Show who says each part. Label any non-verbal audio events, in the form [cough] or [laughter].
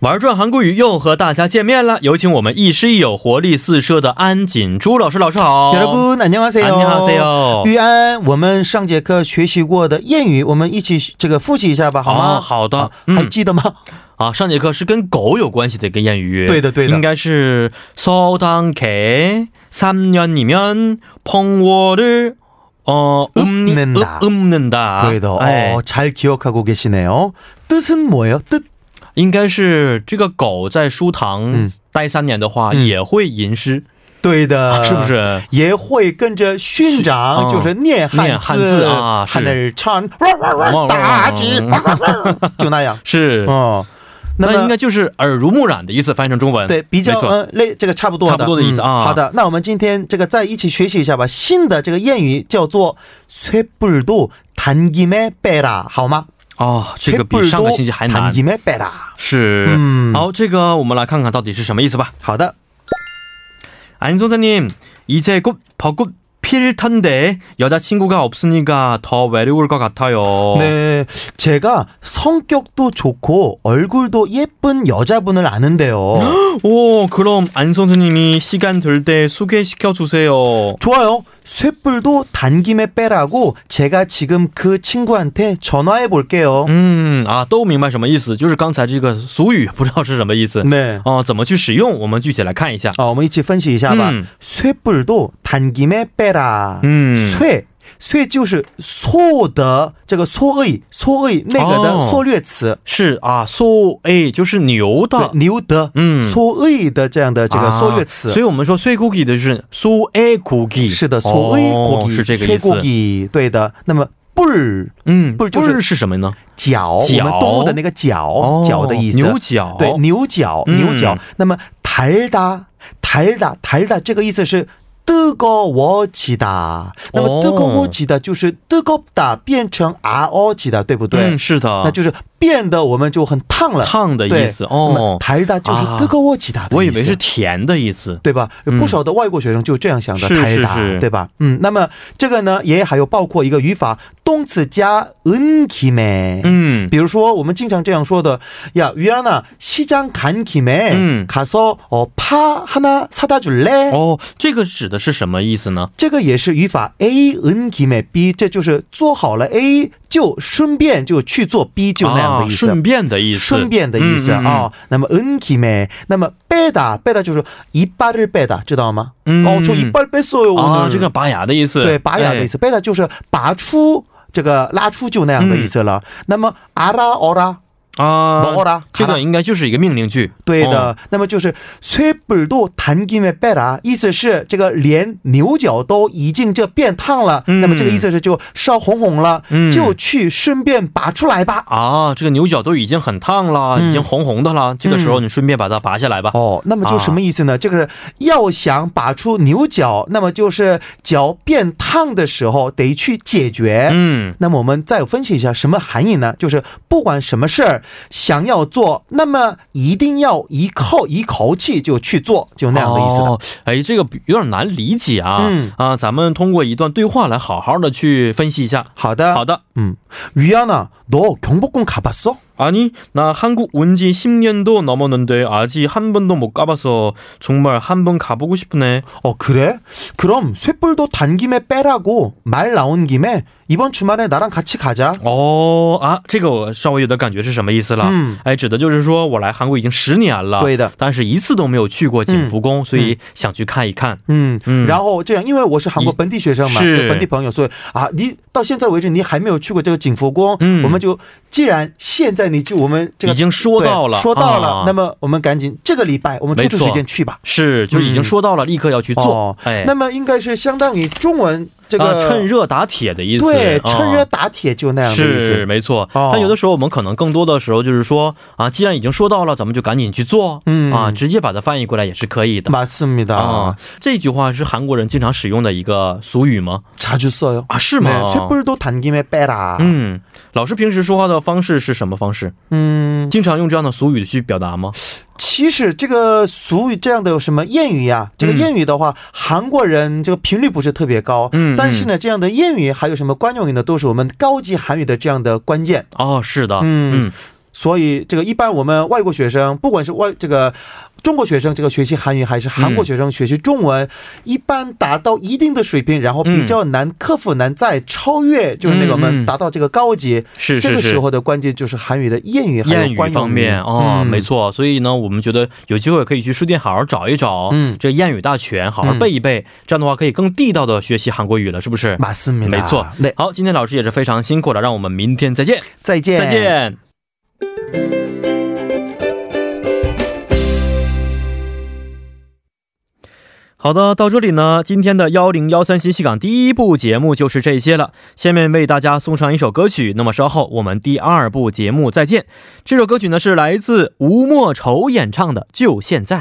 Speaker 1: 玩转韩国语又和大家见面了，有请我们亦师亦友、活力四射的安锦珠老师。老师好，
Speaker 2: 여러분 어. 안녕하세요.
Speaker 1: 안녕하세요.
Speaker 2: 玉安，我们上节课学习过的谚语，我们一起这个复习一下吧，好吗？
Speaker 1: 哦好的
Speaker 2: 啊
Speaker 1: 嗯
Speaker 2: 还记得吗？
Speaker 1: 啊，上节课是跟狗有关系的一个谚语。
Speaker 2: 对的对的
Speaker 1: 应该是서당개삼년이면펑워를어음
Speaker 2: 읊는다.
Speaker 1: 음는다
Speaker 2: 对的，
Speaker 1: 哎
Speaker 2: 哦，， 어, 잘기억하고계시네요。뜻은뭐예요？뜻
Speaker 1: 应该是这个狗在书堂
Speaker 2: 嗯
Speaker 1: 待三年的话，
Speaker 2: 嗯
Speaker 1: 也会吟诗，
Speaker 2: 对的，
Speaker 1: 是不？是？
Speaker 2: 也会跟着训
Speaker 1: 嗯
Speaker 2: 长，就是念汉
Speaker 1: 念汉字啊是
Speaker 2: 汉那唱，哇哇哇，打击，哇哇哇，就那样。
Speaker 1: 是，
Speaker 2: 哦，那
Speaker 1: 那应
Speaker 2: 么
Speaker 1: 该就是耳濡目染的意思，翻译成中文。
Speaker 2: 对，比较
Speaker 1: 没错
Speaker 2: 嗯类这个差不多
Speaker 1: 差不多的意思
Speaker 2: 嗯
Speaker 1: 啊
Speaker 2: 好的，那我们今天这个再一起学习一下吧。新的这个谚语叫做“쇠불도단김에빼라”，好吗？
Speaker 1: 哦，这个比上个星期还难
Speaker 2: 단김에빼라。
Speaker 1: 是。
Speaker 2: 嗯
Speaker 1: 好，这个我们来看看到底是什么意思吧。
Speaker 2: 好的，
Speaker 1: 안 선생님, 이제 곧 벚꽃 필 텐데 여자친구가 없으니까 더 외로울 것 같아요.
Speaker 2: 네제가성격도좋고얼굴도예쁜여자분을아는데요
Speaker 1: [gasps] 오, 그럼 안 선생님이 시간 될 때 소개시켜 주세요.
Speaker 2: 좋아요쇠불도단김에빼라고제가지금그친구한테전화해볼게요
Speaker 1: 嗯啊，都明白什么意思，就是刚才这个俗语，不知道是什么意思。
Speaker 2: 네
Speaker 1: 哦，怎么去使用？我们具体来看一下。
Speaker 2: 어, 啊我们一起分析一下吧
Speaker 1: 嗯。
Speaker 2: 쇠불도단김에빼라。
Speaker 1: 嗯，
Speaker 2: 쇠 쇠就是错的这个错의错의那个的
Speaker 1: 哦
Speaker 2: 缩略词，
Speaker 1: 是啊，so 哎，就是牛的
Speaker 2: 对，牛的
Speaker 1: 嗯
Speaker 2: 错의的这样的这个缩略
Speaker 1: 啊
Speaker 2: 词
Speaker 1: 所。以我们说碎 cookie 的就是 so a cookie，
Speaker 2: 是的，错의
Speaker 1: 哦
Speaker 2: 고기
Speaker 1: 是这个意
Speaker 2: 쇠
Speaker 1: 思
Speaker 2: 고기对的。那么불
Speaker 1: 嗯，
Speaker 2: 不是就是
Speaker 1: 不是什么呢？
Speaker 2: 角，我
Speaker 1: 角哦
Speaker 2: 们动物的那个角，角的意思。
Speaker 1: 牛角，
Speaker 2: 对，牛角，
Speaker 1: 嗯
Speaker 2: 牛角。那么달다，달다，달다这个意思是。뜨거워지다，那么
Speaker 1: 哦
Speaker 2: 뜨거워지다就是뜨겁다变成아어지다，对不对？
Speaker 1: 嗯，是的，
Speaker 2: 那就是变得我们就很烫了，
Speaker 1: 烫的意思
Speaker 2: 对那么
Speaker 1: 哦。
Speaker 2: 台大就是
Speaker 1: 啊
Speaker 2: 德高沃吉达的意思，
Speaker 1: 我以为是甜的意思，
Speaker 2: 对吧？有不少的外国学生就这样想的，
Speaker 1: 是
Speaker 2: 台大
Speaker 1: 是是
Speaker 2: 对吧？嗯，那么这个呢，也还有包括一个语法，动词加 n k i m e
Speaker 1: 嗯，
Speaker 2: 比如说我们经常这样说的呀，于安娜西장간김에、
Speaker 1: 嗯
Speaker 2: 가서어파하나사다줄래？
Speaker 1: 哦，这个指的是什么意思呢？
Speaker 2: 这个也是语法 A n k i m e B，这就是做好了 A 就顺便就去做 B 就那样的意
Speaker 1: 啊
Speaker 2: 思。
Speaker 1: 顺便的意思，
Speaker 2: 顺便的意思啊、
Speaker 1: 嗯嗯嗯
Speaker 2: 那么 n k i m e 那么 beda beda 就是一半儿 beda，知道吗？
Speaker 1: 嗯
Speaker 2: 哦，从一半儿 b e d 哟，
Speaker 1: 啊，这个哎拔牙的意思，
Speaker 2: 对拔牙的意思、b e d a 就是拔出这个拉出就那样的意思了。
Speaker 1: 嗯
Speaker 2: 那么 ara ora
Speaker 1: 哎啊，
Speaker 2: 먹어라
Speaker 1: 这
Speaker 2: 가라
Speaker 1: 个应该就是一个命令句，
Speaker 2: 对的，
Speaker 1: 哦，
Speaker 2: 那么就是虽本都弹金的贝拉，意思是这个连牛角都已经就变烫了，
Speaker 1: 嗯
Speaker 2: 那么这个意思是就烧红红了，
Speaker 1: 嗯
Speaker 2: 就去顺便拔出来吧。
Speaker 1: 啊，这个牛角都已经很烫了，
Speaker 2: 嗯
Speaker 1: 已经红红的了，这个时候你顺便把它拔下来吧。
Speaker 2: 哦，那么就什么意思
Speaker 1: 啊
Speaker 2: 呢？这个要想拔出牛角，那么就是脚变烫的时候得去解决。
Speaker 1: 嗯，
Speaker 2: 那么我们再分析一下什么含义呢？就是不管什么事儿想要做，那么一定要一靠一口气就去做，就那样的意思的。
Speaker 1: 哦。哎，这个有点难理解啊。
Speaker 2: 嗯
Speaker 1: 啊，咱们通过一段对话来好好的去分析一下。
Speaker 2: 好的，
Speaker 1: 好的，
Speaker 2: 음. 위안아, 너 경복궁 가봤어?
Speaker 1: 아니, 나 한국 온 지 10년도 넘었는데 아직 한 번도 못 가봐서 정말 한 번 가보고 싶네.
Speaker 2: 어, 그래? 그럼 쇳불도 단김에 빼라고 말 나온 김에 이번 주말에 나랑 같이 가자.
Speaker 1: 哦啊，这个我稍微有点感觉是什么意思了？
Speaker 2: 嗯，
Speaker 1: 哎，指的就是说我来韩国已经十年了，
Speaker 2: 对的嗯
Speaker 1: 但是一次都没有去过景福宫，所以想去看一看。
Speaker 2: 음,
Speaker 1: 嗯，
Speaker 2: 然后这样，因为我是韩国
Speaker 1: 一
Speaker 2: 本地学生嘛，
Speaker 1: 是
Speaker 2: 有本地朋友，所以啊，你到现在为止你还没有去过这个景福宫，
Speaker 1: 嗯
Speaker 2: 我们就既然现在你就我们这个
Speaker 1: 已经说到了，
Speaker 2: 对说到了、
Speaker 1: 啊
Speaker 2: 那么我们赶紧这个礼拜我们抽
Speaker 1: 没
Speaker 2: 出
Speaker 1: 错
Speaker 2: 时间去吧。
Speaker 1: 是就已经说到了，立刻要去做。
Speaker 2: 嗯哦
Speaker 1: 哎，
Speaker 2: 那么应该是相当于中文这个、
Speaker 1: 啊趁热打铁的意思，
Speaker 2: 对
Speaker 1: 啊
Speaker 2: 趁热打铁就那样的意思。
Speaker 1: 是没错，
Speaker 2: 哦
Speaker 1: 但有的时候我们可能更多的时候就是说啊，既然已经说到了，咱们就赶紧去做，
Speaker 2: 嗯
Speaker 1: 啊，直接把它翻译过来也是可以的。
Speaker 2: 맞습니다.
Speaker 1: 啊，这句话是韩国人经常使用的一个俗语吗？
Speaker 2: 자주 써요.
Speaker 1: 啊，是
Speaker 2: 네,
Speaker 1: 吗？
Speaker 2: 쇳불도 단김에 빼라.
Speaker 1: 嗯，老师平时说话的方式是什么方式？
Speaker 2: 음,
Speaker 1: 经常用这样的俗语去表达吗？
Speaker 2: 其实这个俗语这样的什么谚语呀、这个谚语的话，韩国人这个频率不是特别高，
Speaker 1: 嗯嗯
Speaker 2: 但是呢，这样的谚语还有什么惯用语呢，都是我们高级韩语的这样的关键。
Speaker 1: 哦，是的，
Speaker 2: 嗯，所以这个一般我们外国学生，不管是外这个。中国学生这个学习韩语还是韩国学生学习中文，一般达到一定的水平，然后比较难克服、难再超越，就是那个
Speaker 1: 嗯
Speaker 2: 我
Speaker 1: 嗯嗯
Speaker 2: 们
Speaker 1: 嗯
Speaker 2: 达到这个高级，
Speaker 1: 是
Speaker 2: 这
Speaker 1: 是
Speaker 2: 个
Speaker 1: 是
Speaker 2: 时。候的关键就是韩语的谚语还
Speaker 1: 谚
Speaker 2: 有惯
Speaker 1: 语
Speaker 2: 用
Speaker 1: 方面哦、
Speaker 2: 嗯
Speaker 1: 没错，所以呢，我们觉得有机会可以去书店好好找一找，
Speaker 2: 嗯
Speaker 1: 这谚语大全，好好
Speaker 2: 嗯
Speaker 1: 背一背、这样的话可以更地道的学习韩国语了，是不是？
Speaker 2: 马斯米达
Speaker 1: 没错
Speaker 2: 对，
Speaker 1: 好，今天老师也是非常辛苦了，让我们明天再见，
Speaker 2: 再见，
Speaker 1: 再。见。好的，到这里呢，今天的幺零幺三新西港第一部节目就是这些了。下面为大家送上一首歌曲，那么稍后我们第二部节目再见。这首歌曲呢是来自吴莫愁演唱的《就现在》。